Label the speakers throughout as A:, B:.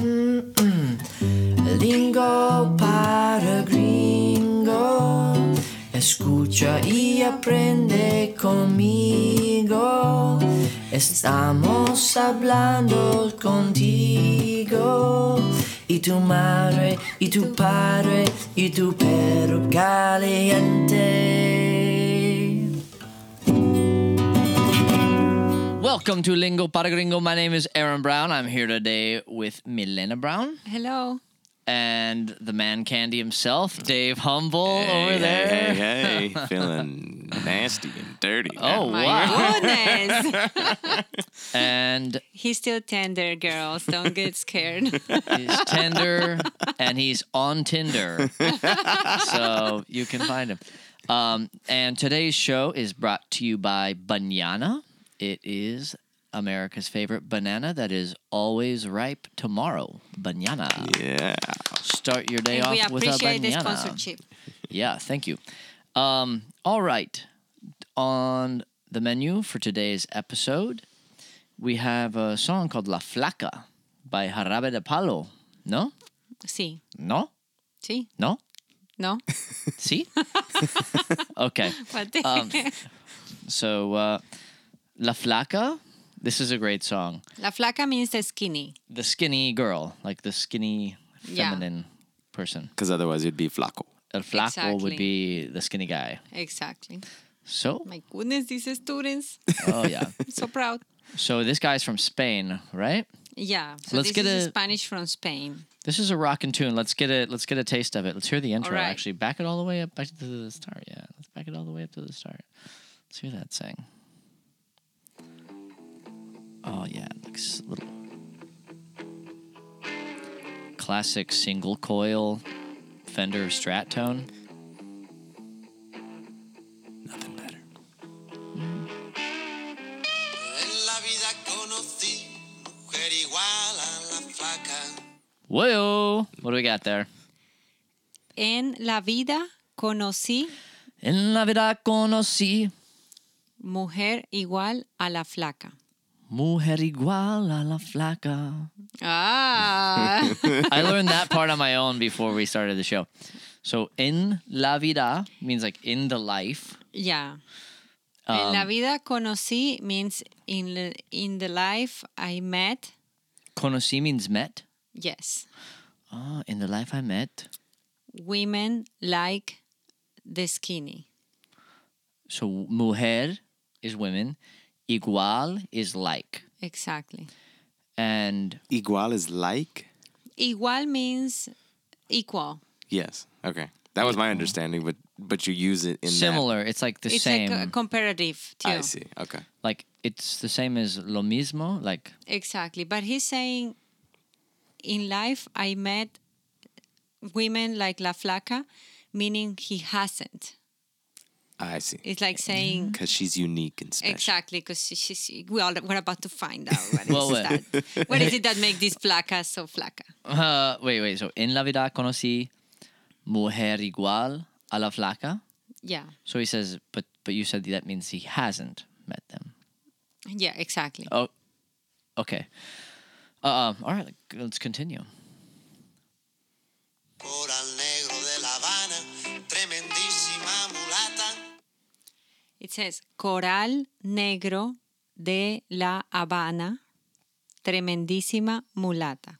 A: Mm, mm. Lingo para gringo, escucha y aprende conmigo. Estamos hablando contigo y tu madre y tu padre y tu perro caliente. Welcome to Lingo Para Gringo. My name is Aaron Brown. I'm here today with Milena Brown
B: Hello.
A: and the man candy himself, Dave Humble over there.
C: Hey, hey, hey. feeling nasty and dirty.
A: Oh,
B: My
A: wow.
B: goodness.
A: And
B: He's still tender, girls. Don't get scared.
A: he's tender and he's on Tinder. so you can find him. Um, and today's show is brought to you by Banana. It is America's favorite banana that is always ripe tomorrow. Banana.
C: yeah.
A: Start your day
B: And
A: off
B: we
A: with a
B: appreciate the
A: banana.
B: sponsorship.
A: Yeah, thank you. Um, all right. On the menu for today's episode, we have a song called La Flaca by Jarabe de Palo. No?
B: Sí.
A: No?
B: Sí.
A: No?
B: No.
A: See? okay.
B: What the
A: Um, So, uh, La Flaca, this is a great song.
B: La flaca means the skinny.
A: The skinny girl, like the skinny
B: Yeah.
A: feminine person.
C: Because otherwise it'd be flaco.
A: El flaco
B: Exactly.
A: would be the skinny guy.
B: Exactly.
A: So,
B: My goodness, these students.
A: oh yeah.
B: I'm so proud.
A: So this guy's from Spain, right?
B: Yeah. So
A: Let's
B: this
A: get
B: is
A: a-
B: Spanish from Spain.
A: This is a rockin' tune. Let's get a let's get a taste of it. Let's hear the intro.
B: right.
A: Actually, back it all the way up back to the start. Yeah, let's back it all the way up to the start. Let's hear that thing. Oh yeah, it looks a little classic single coil Fender Strat tone.
C: Nothing better.
D: En la vida conocí mujer igual a la flaca.
A: Whoa! What do we got there?
B: En la vida conocí
A: En la vida conocí
B: mujer igual a la flaca.
A: mujer igual a la flaca.
B: Ah.
A: I learned that part on my own before we started the show. So in la vida means like in the life.
B: yeah. en la vida conocí means in, the- in the life I met.
A: Conocí means met.
B: Yes.
A: Ah, in the life I met.
B: women like the skinny.
A: So mujer is women, igual is like,
B: Exactly.
A: and
C: Igual is like?
B: Igual means equal.
C: Yes. Okay. That was my understanding, but but you use it in that-
A: similar. It's like the
B: it's
A: same.
B: like a comparative too.
C: I see. Okay.
A: like it's the same as lo mismo. Like
B: Exactly. But he's saying in life I met women like La Flaca, meaning he hasn't.
C: I see.
B: It's like saying
C: Because she's unique and special.
B: Exactly, because she's we all we're about to find out what is
A: Well, uh,
B: that. What is it that makes this flaca so flaca?
A: uh, wait, wait. So in la vida conocí mujer igual a la flaca.
B: Yeah,
A: So he says, but but you said that means he hasn't met them.
B: yeah, exactly.
A: Oh, okay. Uh, all right, let's continue.
D: Coral negro de La Habana, tremendísima mulata.
B: It says Coral Negro de la Habana, tremendísima mulata.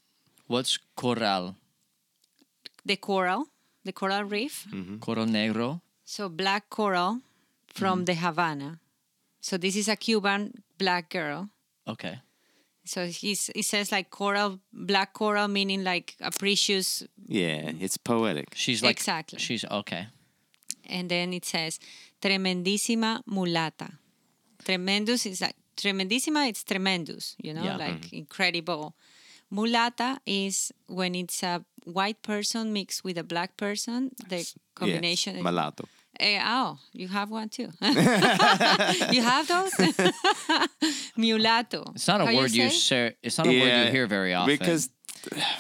A: What's coral?
B: The coral, the coral reef,
A: Coral negro.
B: so black coral
A: Hmm.
B: from the Havana. So this is a Cuban black girl.
A: Okay.
B: So he's, he says like coral, black coral, meaning like a precious,
C: Yeah, it's poetic.
A: She's like
B: Exactly.
A: She's okay.
B: and then it says tremendísima mulata. Tremendous is like tremendísima. It's tremendous, you know,
A: Yeah. Mm-hmm.
B: like incredible. Mulata is when it's a white person mixed with a black person. The combination.
C: Yes. Malato.
B: Eh, oh, you have one too. you have those. Mulato.
A: It's not a
B: How
A: word you,
B: say?
A: ser- It's not a word you hear very often.
C: Because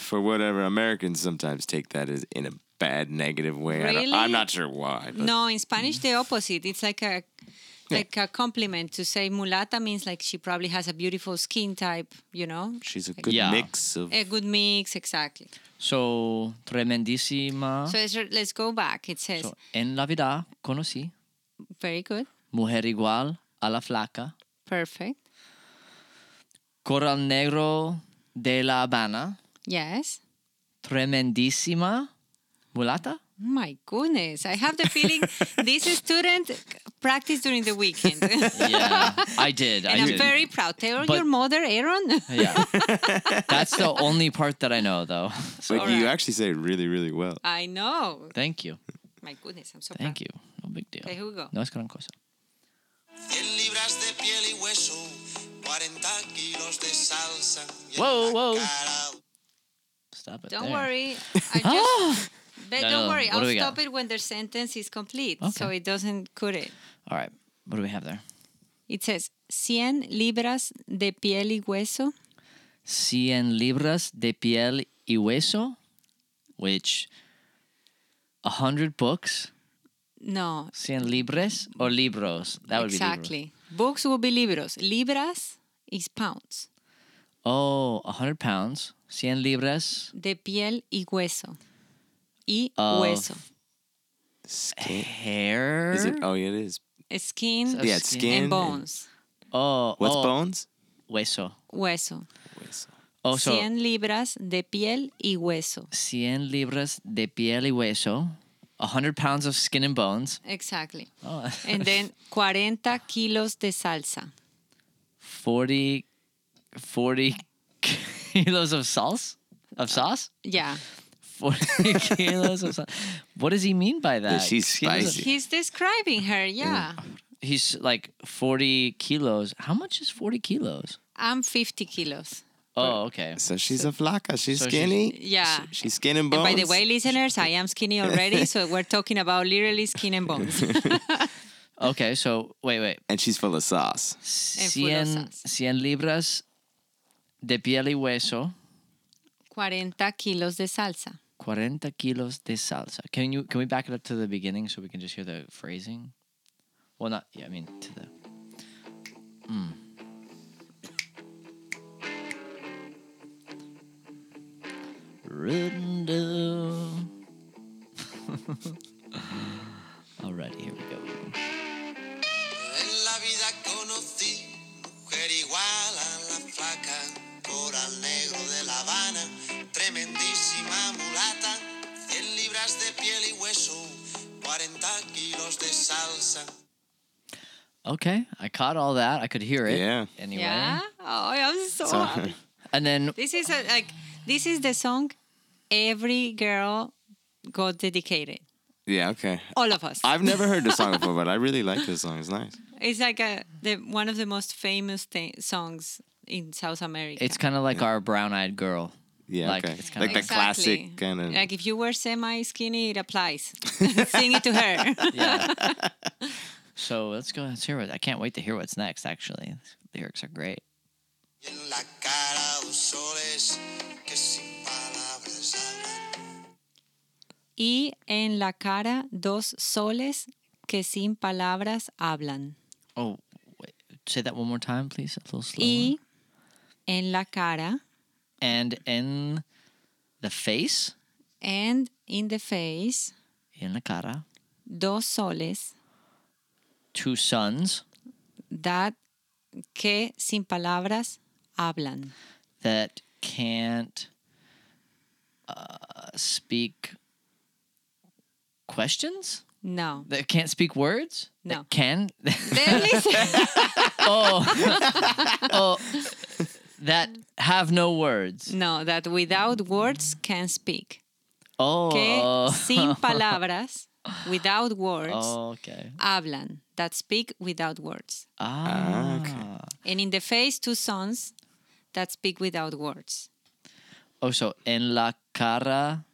C: for whatever Americans sometimes take that as in a bad negative way. I don't,
B: Really?
C: I'm not sure why. But
B: No, in Spanish the opposite. It's like a like a compliment to say mulata means like she probably has a beautiful skin type, you know,
C: She's a good
A: Yeah.
C: mix of.
B: a good mix, exactly.
A: So, tremendísima.
B: So it's, let's go back. It says,
A: So, en la vida conocí
B: very good,
A: mujer igual a la flaca,
B: perfect,
A: coral negro de La Habana,
B: yes.
A: tremendísima mulata.
B: My goodness, I have the feeling this student practiced during the weekend.
A: Yeah, I did. I
B: And I'm
A: did.
B: very proud. Tell
A: But-
B: your mother, Aaron.
A: yeah, that's the only part that I know, though. So,
C: But you
B: Alright.
C: actually say it really, really well.
B: I know.
A: thank you,
B: My goodness, I'm so proud.
A: thank you. No big deal.
B: Okay, here we go.
A: No es gran cosa.
D: 100 libras de piel y hueso, 40 kilos de salsa. y
A: Whoa, whoa.
D: enmascarado.
A: Stop it.
B: Don't
A: there. Ah!
B: worry. I just, but
A: No,
B: don't
A: no,
B: worry.
A: what do
B: I'll
A: we got?
B: stop it when the sentence is complete, so
A: Okay.
B: it doesn't cut it.
A: All right, what do we have there?
B: It says 100 libras de piel y hueso.
A: 100 libras de piel y hueso, which 100 books,
B: No,
A: 100 libres or libros. That would be libros.
B: exactly. Books will be libros. Libras is pounds.
A: Oh, 100 pounds, 100 libras
B: De piel y hueso. Y
A: of
B: hueso.
C: Skin.
A: hair.
C: Is it? Oh, yeah, it is.
B: Skin
A: So
C: Yeah, it's
A: skin
C: skin.
B: and bones.
A: Oh,
C: What's
A: oh,
C: bones?
A: Hueso.
B: Hueso.
A: Oh, so 100
B: 100 libras de piel y hueso.
A: libras de piel y hueso, 100 pounds of skin and bones.
B: Exactly.
A: Oh,
B: And then 40 kilos de salsa.
A: 40, 40 kilos of sauce? Of sauce?
B: Yeah.
A: 40 kilos of something. What does he mean by that?
C: she's
A: Kilos of-
C: spicy.
B: He's describing her. Yeah.
A: he's like 40 kilos. How much is 40 kilos?
B: I'm 50 kilos.
A: Oh, okay.
C: So she's a flaca. She's
A: So she's-
C: skinny.
B: Yeah.
C: She- she's skin and
B: And
C: bones.
B: by the way, listeners, I am skinny already, so we're talking about literally skin and bones.
A: Okay, so wait, wait.
C: and she's full of sauce.
A: 100,
B: fulosas.
A: 100 libras de piel y hueso,
B: 40 kilos de salsa.
A: 40 kilos de salsa. Can you can we back it up to the beginning so we can just hear the phrasing? Well, not yeah, I mean to the hmm. Mm. Rondo. Alrighty, here we go.
D: En la vida conocí mujer igual a la flaca, coral negro de La Habana, tremendísima mulata, 100 libras de piel y hueso, 40 kilos de salsa.
A: Okay, I caught all that. I could hear it.
C: Yeah.
A: Anyway,
B: Yeah. Oh, I'm so
C: So-
B: happy.
A: and then
B: This is a, like this is the song every girl got dedicated.
C: Yeah. Okay.
B: All of us.
C: I've never heard this song before, but I really like this song. It's nice.
B: It's like a the one of the most famous thi- songs in South America.
A: it's kind of like our brown-eyed girl.
C: Yeah.
A: Like,
C: okay.
A: it's kinda
C: Like the
A: like-
C: classic kind of.
B: like if you were semi skinny, it applies. Sing it to her.
A: yeah. So let's go. Let's hear what. I can't wait to hear what's next. Actually, the lyrics are great.
D: Y en la cara dos soles que sin palabras hablan.
B: Y en la cara dos soles que sin palabras hablan.
A: Oh, wait, say that one more time, please. A little slower.
B: Y en la cara
A: And in the face,
B: and in the face
A: in la cara,
B: dos soles
A: two sons
B: that que sin palabras hablan.
A: that can't uh, speak questions.
B: No.
A: That can't speak words.
B: No.
A: That can.
B: Then listen.
A: oh, that have no words.
B: No, that without words can speak.
A: Oh.
B: Que sin palabras, without words,
A: Oh, okay.
B: hablan. That speak without words.
A: Ah,
B: And in the face, two sons that speak without words.
A: Oh, so en la cara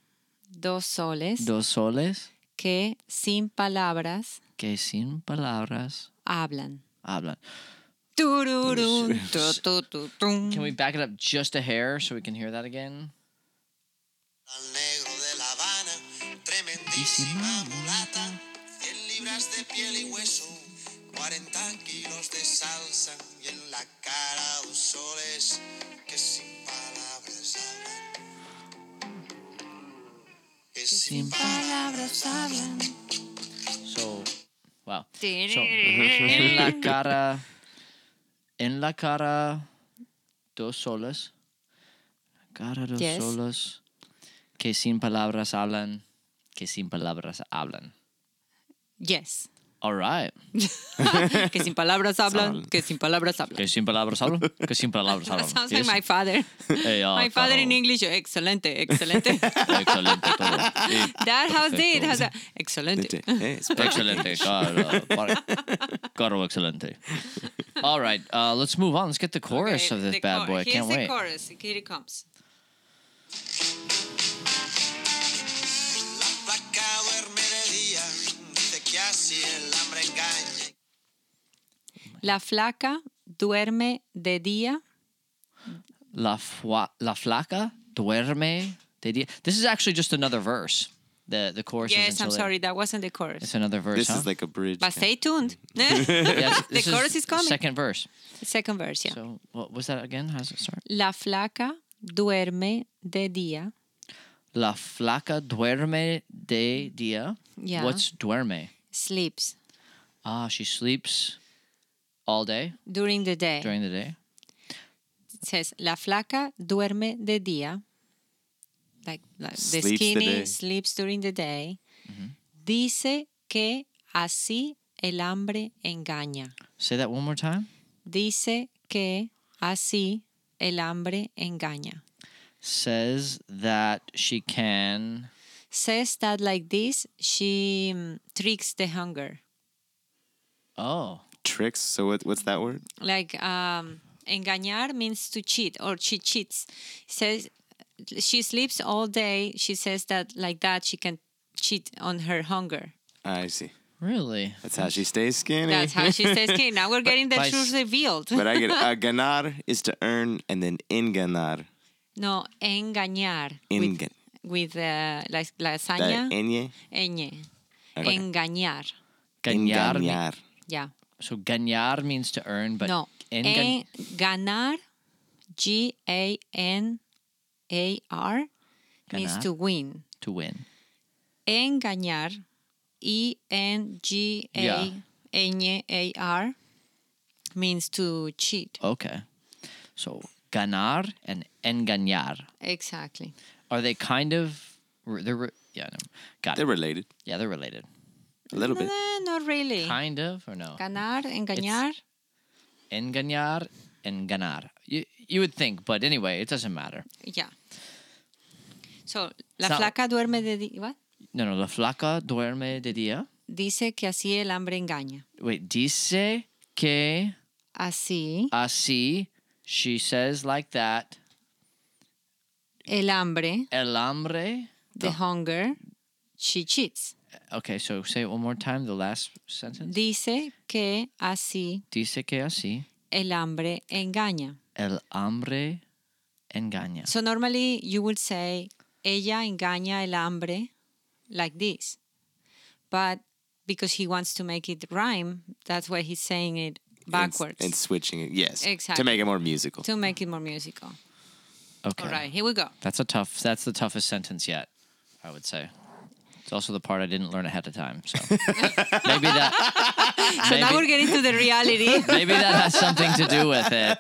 B: Dos soles
A: dos soles
B: que sin palabras
A: que sin palabras
B: hablan.
A: hablan.
B: Tururun, tu, tu, tu, tum.
A: Oh, Can we back it up just a hair so we can hear that again?
D: Al negro de La Habana, tremendísima mulata, 100 libras de piel y hueso, 40 kilos de salsa y en la cara dos soles que sin palabras hablan. Que sin palabras hablan.
A: So, wow. So, en la cara, en la cara, dos soles. Cara dos
B: Yes.
A: soles. Que sin palabras hablan. Que sin palabras hablan.
B: Yes.
A: All right.
B: que sin palabras hablan, que sin palabras hablan.
A: Que sin palabras hablan. Que sin palabras hablan.
B: Sounds
A: Yes.
B: like my father.
A: Hey, uh,
B: my father in
A: todo.
B: English, excelente, excelente.
A: Excelente todo. Y-
B: That house did,
A: Perfecto.
B: how's that? Excelente.
C: Eh,
A: Excelente, claro, par- claro, excelente. All right, uh, let's move on. Let's get the chorus
B: Okay,
A: of this
B: the
A: bad
B: chor-
A: boy. I
B: Here's
A: can't
B: the
A: wait.
B: chorus. Here it comes.
D: La placa duerme de día, dice que así el hambre engaña.
B: La flaca duerme de día.
A: La, fua- la flaca duerme de día. This is actually just another verse. The the chorus.
B: Yes,
A: isn't
B: I'm
A: till later.
B: sorry, that wasn't the chorus.
A: It's another verse.
C: This
A: huh?
C: is like a bridge.
B: But
C: thing.
B: stay tuned.
A: Yes,
B: the
A: this
B: chorus is coming.
A: Second verse.
B: Second verse, yeah.
A: So what was that again? How does it start?
B: La flaca duerme de día.
A: La flaca duerme de día.
B: Yeah.
A: What's duerme?
B: Sleeps
A: Ah, she sleeps all day
B: during the day.
A: during the day.
B: It says la flaca duerme de día. Like, like the
C: Sleeps the
B: skinny
C: day. Mm-hmm.
B: sleeps during the day. Dice que así el hambre engaña.
A: Say that one more time.
B: Dice que así el hambre engaña.
A: says that she can.
B: Says that like this, she mm, tricks the hunger.
A: Oh,
C: Tricks. So what, what's that word?
B: like um, engañar means to cheat or she cheats says she sleeps all day she says that like that she can cheat on her hunger
C: Ah, I see.
A: really?
C: That's how she stays skinny.
B: that's how she says okay now we're getting the
A: by s-
B: truth revealed
C: but I get a ganar is to earn, and then enganar.
B: no engañar
C: Engan.
B: with, with uh, la,
C: That
B: lasaña
C: enye.
B: eñe
C: Okay.
B: engañar
A: Ganar. me-
C: Engañar.
B: yeah
A: So ganar means to earn, but
B: no
A: engan-
B: ganar g a n a r means
A: Ganar.
B: to win
A: to win.
B: engañar, E
A: Yeah.
B: E-N-G-A-N-A-R, means to cheat.
A: Okay. So ganar and engañar
B: Exactly.
A: are they kind of? re- They're re- yeah, no, got it.
C: They're related
A: yeah, they're related.
C: a little bit.
B: No, not really.
A: Kind of or no?
B: Ganar, engañar.
A: Engañar and ganar. You you would think, but anyway, it doesn't matter.
B: Yeah. So, la
A: So-
B: flaca duerme de día. what?
A: No, no. La flaca duerme de día.
B: Dice que así el hambre engaña.
A: Wait, dice que
B: Así
A: así. She says like that.
B: el hambre,
A: El hambre.
B: the hunger, she cheats.
A: Okay, so say it one more time. The last sentence.
B: Dice que así
A: Dice que así
B: el hambre engaña.
A: el hambre engaña.
B: So normally you would say, ella engaña el hambre, like this. But because he wants to make it rhyme, that's why he's saying it
C: And s-
B: backwards
C: And, switching it. Yes. To
B: Exactly.
C: make it more musical.
B: to make it more musical.
A: Okay,
B: All right, here we go.
A: that's a tough. That's the toughest sentence yet. I would say. It's also the part I didn't learn ahead of time. So maybe that.
B: So now we're
A: Maybe,
B: getting to the reality.
A: maybe that has something to do with it.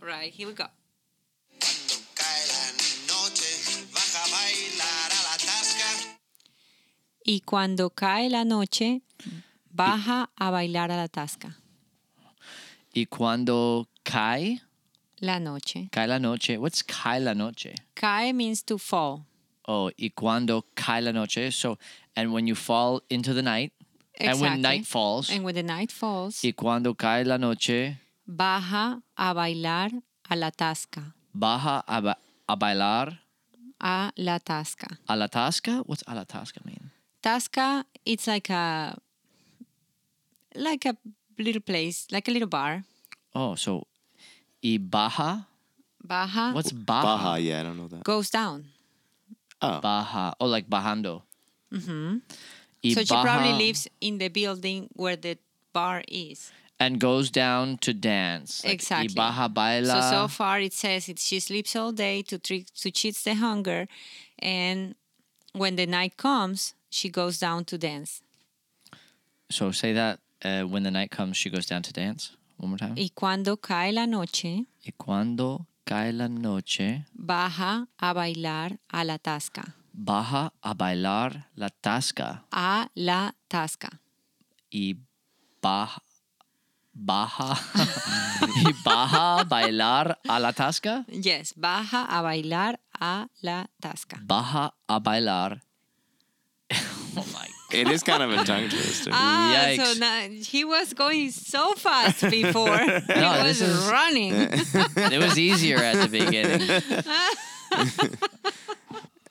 B: All right, here we go.
D: Cuando cae la noche, baja a bailar a la tasca.
B: Y cuando cae la noche, baja a bailar a la tasca.
A: Y cuando cae
B: La noche.
A: cae la noche. What's cae la noche?
B: Cae means to fall.
A: Oh, y cuando cae la noche. So, and when you fall into the night, and when
B: Exactly.
A: night falls,
B: And when the night falls,
A: y cuando cae la noche.
B: baja a bailar a la tasca.
A: baja a, ba- a bailar
B: A la tasca.
A: a la tasca. What's a la tasca mean?
B: Tasca, it's like a like a little place, like a little bar.
A: Oh, so y baja.
B: Baja
A: What's baja?
C: Baja. Yeah, I don't know that.
B: goes down.
C: Oh.
A: Baja. Oh, like bajando.
B: Mm-hmm. so she probably
A: Ibaha
B: lives in the building where the bar is.
A: and goes down to dance. Like,
B: Exactly.
A: Ibaha baila.
B: So so far it says it, she sleeps all day to treat to cheat the hunger, and when the night comes, she goes down to dance.
A: So say that uh, when the night comes, she goes down to dance. One more time.
B: Y cuando cae la noche,
A: Y cuando cae la noche,
B: baja a bailar a la tasca,
A: baja a bailar la tasca
B: a la tasca.
A: y baja. Baja y baja a bailar a la tasca.
B: Yes, baja a bailar a la tasca.
A: Baja a bailar. oh my
C: It is kind of a tongue twister.
B: Ah,
A: Yikes.
B: so now he was going so fast before. he
A: No, this
B: was
A: is-
B: running.
A: It was easier at the beginning.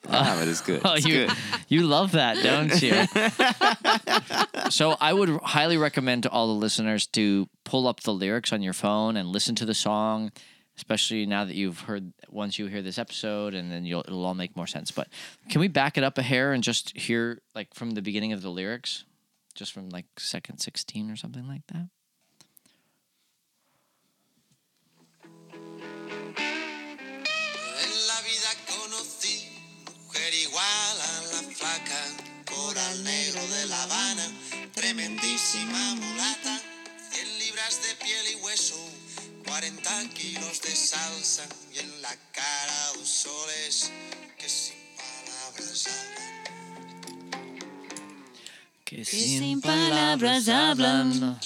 C: ah, but it's good.
A: Oh,
C: It's
A: you
C: good.
A: you love that, don't you? so I would highly recommend to all the listeners to pull up the lyrics on your phone and listen to the song, especially now that you've heard once you hear this episode, and then you'll it'll all make more sense. But can we back it up a hair and just hear like from the beginning of the lyrics, just from like second sixteen or something like that?
D: En la vida conocí mujer igual a la flaca, coral negro de La Habana, tremendísima mulata, 100 libras de piel y hueso, 40 kilos de salsa y en la cara dos soles que sin palabras hablan.
A: Que
B: sin palabras hablan.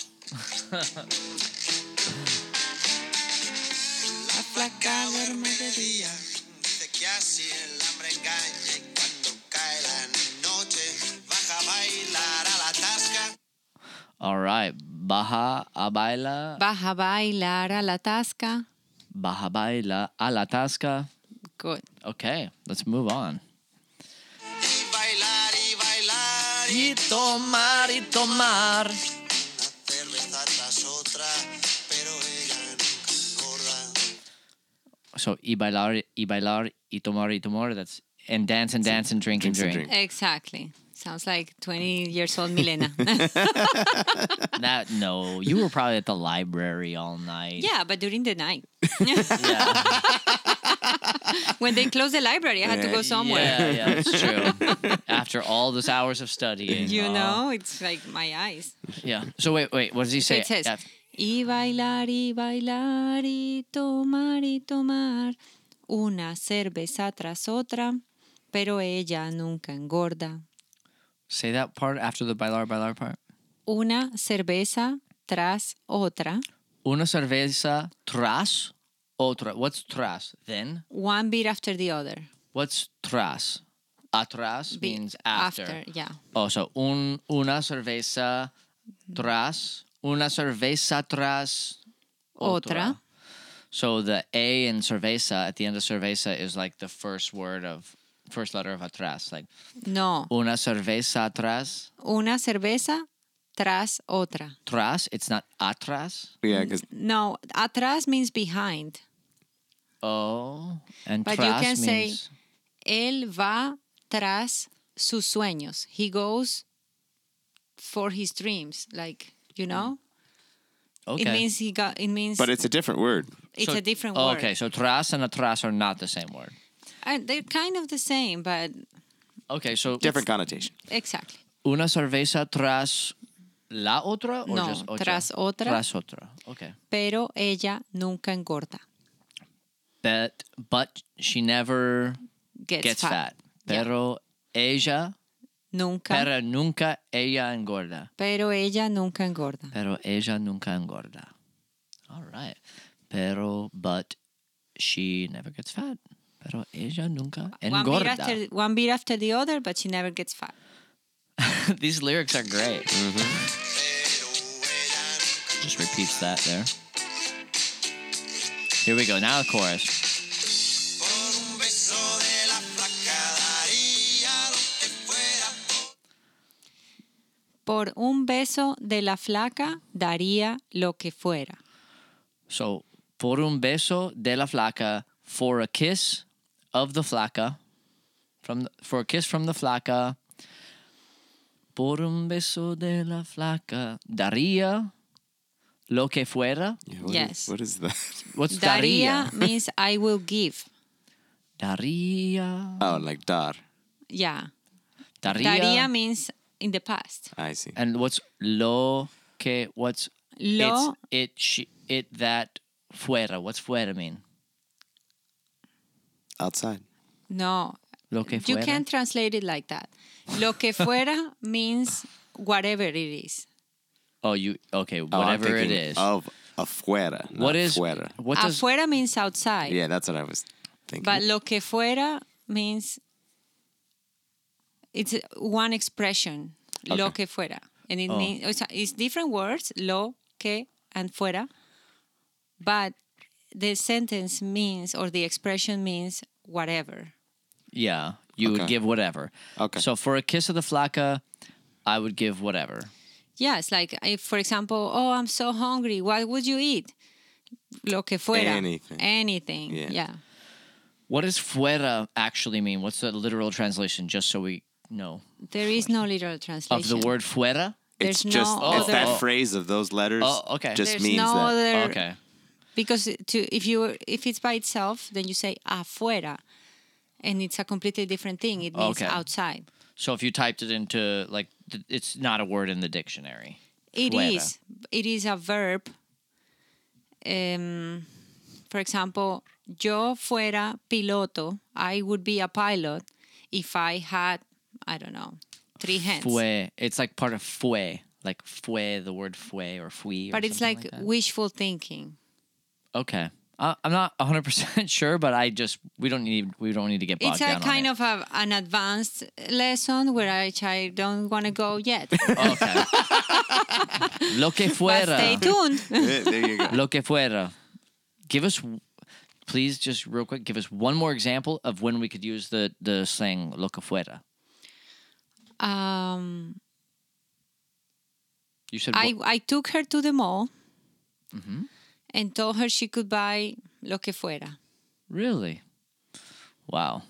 D: La flaca duerme de día, dice que así el hambre engaña y cuando cae la noche baja a bailar a la tasca.
A: All right, baja a baila,
B: Baja a bailar a la tasca.
A: baja baila a la tasca.
B: Good.
A: Okay, let's move on.
D: Y bailar y bailar y
A: y tomar y tomar.
D: una cerveza tras otra, pero ella nunca engorda.
A: So y bailar y bailar y tomar y tomar. That's and dance and dance and drink and
C: Drinks and
A: drink.
B: Exactly. Sounds like 20 years old Milena.
A: That no, you were probably at the library all night.
B: yeah, but during the night.
A: yeah.
B: When they closed the library, I had to go somewhere.
A: Yeah, yeah, it's true. After all those hours of studying,
B: You
A: oh,
B: know, it's like my eyes.
A: Yeah. So wait, wait. What does he
B: So
A: say?
B: it says,
A: Af-
B: y bailar y bailar y tomar y tomar una cerveza tras otra, pero ella nunca engorda.
A: say that part after the bailar bailar part.
B: Una cerveza tras otra,
A: Una cerveza tras otra. What's tras? Then
B: one beat after the other.
A: what's tras? Atrás
B: Be-
A: means
B: yeah.
A: Oh, so un, una cerveza tras, una cerveza tras
B: Otra.
A: So the A in cerveza at the end of cerveza is like the first word of first letter of atrás, like
B: No,
A: una cerveza tras.
B: una cerveza tras otra.
A: Tras, it's not atras.
C: Yeah, because
B: No, atrás means behind.
A: Oh, and
B: But you
A: tras
B: can say-
A: means
B: Él va tras sus sueños. He goes for his dreams. Like, you know?
A: Mm, okay.
B: It means he got it means
C: but it's a different word.
B: it's
A: So-
B: a different
A: oh,
B: word.
A: Okay, so tras and atras are not the same word.
B: And they're kind of the same, but
A: Okay, so
C: Different connotation.
B: exactly.
A: una cerveza tras la otra or
B: No,
A: just otra?
B: tras otra.
A: Tras otra. Okay.
B: Pero ella nunca engorda.
A: but but she never
B: Gets,
A: gets, fat. Pero ella,
B: Nunca. Pero,
A: pero nunca ella engorda.
B: ella nunca engorda.
A: Pero ella nunca engorda. All right. Pero but she never gets fat. Pero ella nunca
B: One beat
A: engorda.
B: after one beat after the other, but she never gets fat.
A: These lyrics are great.
D: Pero ella nunca
A: Just repeats that there. Here we go. Now the chorus.
D: por un beso de la flaca daría lo que fuera por
B: Por un beso
A: So
B: de la flaca daría lo que fuera.
A: por un beso de la flaca, for a kiss of the flaca, from the, for a kiss from the flaca, Por un beso de la flaca. Daría lo que fuera.
C: Yeah, what is-
B: Yes.
C: what is that?
A: What's
B: Daria
A: Pues daría?
B: means I will give.
A: Daría.
C: Oh, like dar.
B: Yeah.
A: Daría.
B: Daria means in the past.
C: I see.
A: And what's lo que? What's
B: Lo,
A: It's it she, it that fuera. What's fuera mean?
C: Outside.
B: no.
A: Lo que fuera.
B: You can translate it like that. Lo que fuera means whatever it is.
A: Oh, you okay?
C: Oh, I'm
A: Whatever it
C: thinking
A: is.
C: Of afuera. not
A: what is?
C: fuera?
A: What does?
B: Afuera means outside.
C: Yeah, that's what I was thinking.
B: But lo que fuera means it's one expression, lo que fuera. And it means it's, it's different words, lo que and fuera. But the sentence means or the expression means whatever.
A: Yeah, you would
C: Okay.
A: give whatever.
C: Okay.
A: So for a kiss of the flaca, I would give whatever.
B: Yes, like if, for example, oh, I'm so hungry. What would you eat? Lo que fuera.
C: Anything.
B: Anything.
C: Yeah.
B: yeah.
A: What does fuera actually mean? What's the literal translation? Just so we know
B: There is no literal translation
A: of the word fuera.
C: it's
B: there's no
C: just it's
A: other-
C: that
A: Oh.
C: phrase of those letters.
A: Oh, okay.
C: Just
B: There's
C: means
B: no
C: that.
B: other
A: Okay.
B: because it- to if you if it's by itself then you say afuera and it's a completely different thing it means
A: Okay.
B: outside
A: So if you typed it into like, th- it's not a word in the dictionary.
B: It is.
A: Fuera.
B: it is a verb um, for example yo fuera piloto i would be a pilot if i had i don't know three hands
A: Fue. It's like part of fue, like fue, the word fue or fui. Or
B: but it's
A: something
B: like,
A: that.
B: wishful thinking
A: Okay. I I'm not 100% sure, but I just we don't need we don't need to get bogged
B: it's
A: down
B: a
A: on
B: kind
A: it.
B: of a, an advanced lesson where I, I don't want to go yet.
A: Okay. Lo que
B: but stay
A: fuera.
B: tuned.
C: Yeah, there you go.
A: Lo que fuera. Give us please just real quick give us one more example of when we could use the the saying lo que fuera.
B: um,
A: You said
B: I,
A: wh-
B: I took her to the mall and told her she could buy lo que fuera.
A: really? Wow.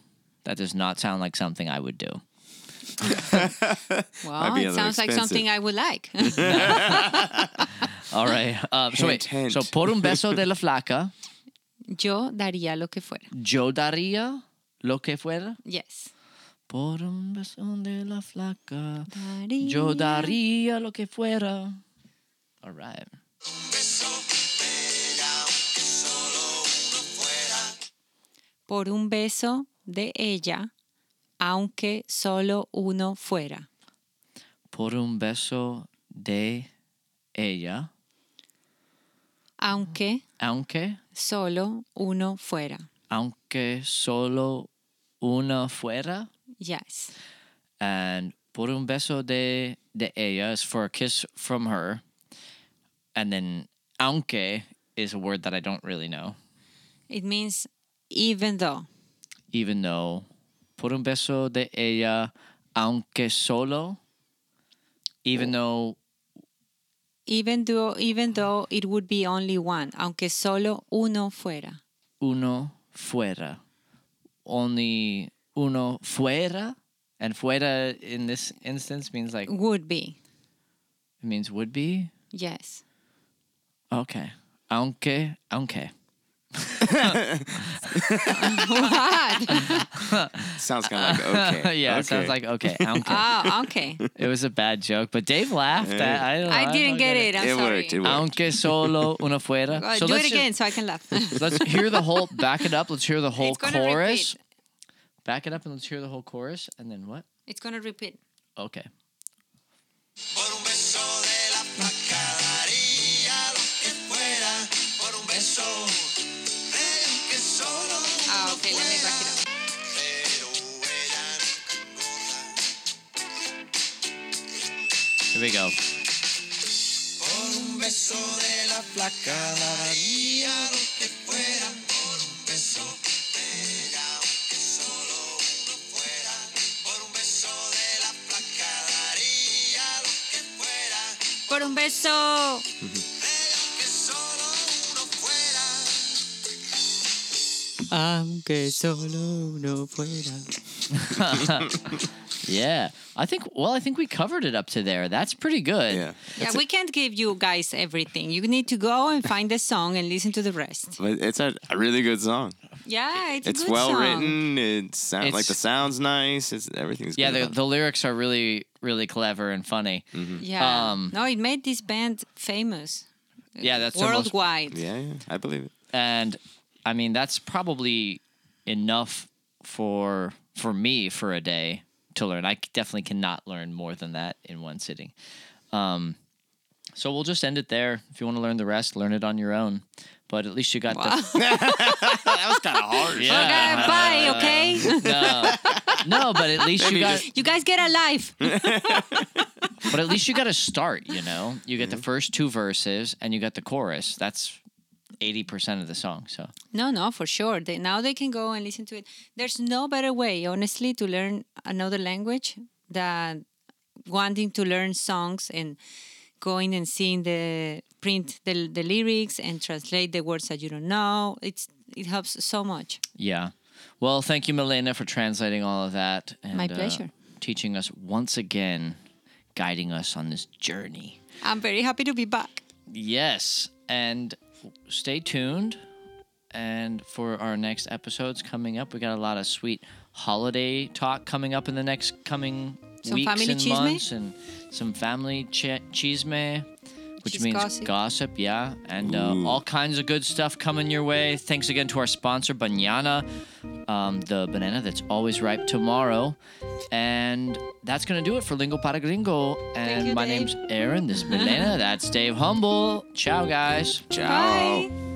A: That does not sound like something I would do.
B: Well,
C: be a
B: it
C: little
B: sounds like something I would like.
A: All right. Um, so wait.
C: Hint, hint.
A: So por un beso de la flaca,
B: Yo daría lo que fuera.
A: yo daría lo que fuera.
B: Yes.
A: Por un beso de la flaca. Yo daría lo que fuera. All right.
B: Por un beso de ella, aunque solo uno fuera.
A: Por un beso de ella,
B: Aunque
A: aunque,
B: solo uno fuera.
A: aunque solo una fuera.
B: Yes.
A: And por un beso de, de ella is for a kiss from her. And then aunque is a word that I don't really know,
B: It means even though.
A: even though por un beso de ella, aunque solo, even though
B: Even though, even though it would be only one, aunque solo uno fuera.
A: uno fuera. Only uno fuera, and fuera in this instance means like it
B: Would be.
A: means would be.
B: Yes.
A: Okay, aunque aunque.
B: What?
C: Sounds kind of like okay.
A: yeah,
C: okay.
A: it sounds like okay. Aunque.
B: Oh, okay.
A: it was a bad joke, but Dave laughed. I, I, don't,
B: I
A: don't
B: didn't get it. I'm
C: it
B: sorry.
C: worked. It worked.
A: Aunque solo uno fuera.
B: Uh,
A: So
B: do
A: let's
B: it
A: ju-
B: again so I can laugh.
A: let's hear the whole. Back it up. Let's hear the whole
B: It's gonna
A: chorus.
B: repeat.
A: Back it up and let's hear the whole chorus, and then what?
B: It's going to repeat.
A: Okay.
D: Por un beso de la placa daría lo que fuera. Por un beso de lo que solo uno
B: Ah, okay. Let me
D: fuera.
B: back it up.
D: Pero ella no engorda.
A: Here we go.
D: Por un beso de la placa daría lo que fuera. Por un beso de ella aunque solo uno fuera. Por un beso de la placa daría lo que fuera.
B: Por un beso.
D: De lo que solo uno fuera.
A: Yeah. I think, well, I think we covered it up to there. That's pretty good.
C: Yeah.
B: yeah, we can't give you guys everything. You need to go and find the song and listen to the rest.
C: But it's a a really good song.
B: Yeah, it's, a
C: It's
B: good
C: well
B: song.
C: written. It sounds like
A: It's-
C: the sounds nice. It's everything's
A: Yeah,
C: good
A: the,
C: about
A: the lyrics are really, really clever and funny.
C: Mm.
B: Yeah.
A: Um,
B: no, it made this band famous.
A: Yeah, that's the most-
B: worldwide.
C: it. yeah, yeah, I believe it.
A: and I mean that's probably enough for for me for a day to learn. I c- definitely cannot learn more than that in one sitting. Um, so we'll just end it there. If you want to learn the rest, learn it on your own. But at least you got the
C: that was kind of hard.
A: Yeah.
B: Okay, bye. Okay,
A: no, no. But at least you
C: Maybe
A: got
C: just-
B: you guys get a life.
A: but at least you got to start. You know, you get
C: Mm-hmm.
A: the first two verses and you got the chorus. That's eighty percent of the song. So
B: No, no, for sure. They, now they can go and listen to it. There's no better way, honestly, to learn another language than wanting to learn songs and going and seeing the print the, the lyrics and translate the words that you don't know. It's it helps so much.
A: Yeah. Well, thank you, Milena, for translating all of that. And,
B: My
A: uh,
B: pleasure.
A: teaching us once again, guiding us on this journey.
B: I'm very happy to be back.
A: Yes. And stay tuned. And for our next episodes coming up, we got a lot of sweet holiday talk coming up in the next coming
B: Some
A: weeks
B: family
A: and
B: chisme?
A: months, and some family ch- chisme, which
B: Cheese
A: means
B: gossip.
A: gossip, yeah, and uh, all kinds of good stuff coming your way. Thanks again to our sponsor, Banana, um, the banana that's always ripe tomorrow. And that's gonna do it for Lingo Para Gringo. And
B: you,
A: my
B: Dave.
A: name's Aaron. This is Milena. that's Dave Humble. Ciao, guys.
C: Ciao.
B: Bye.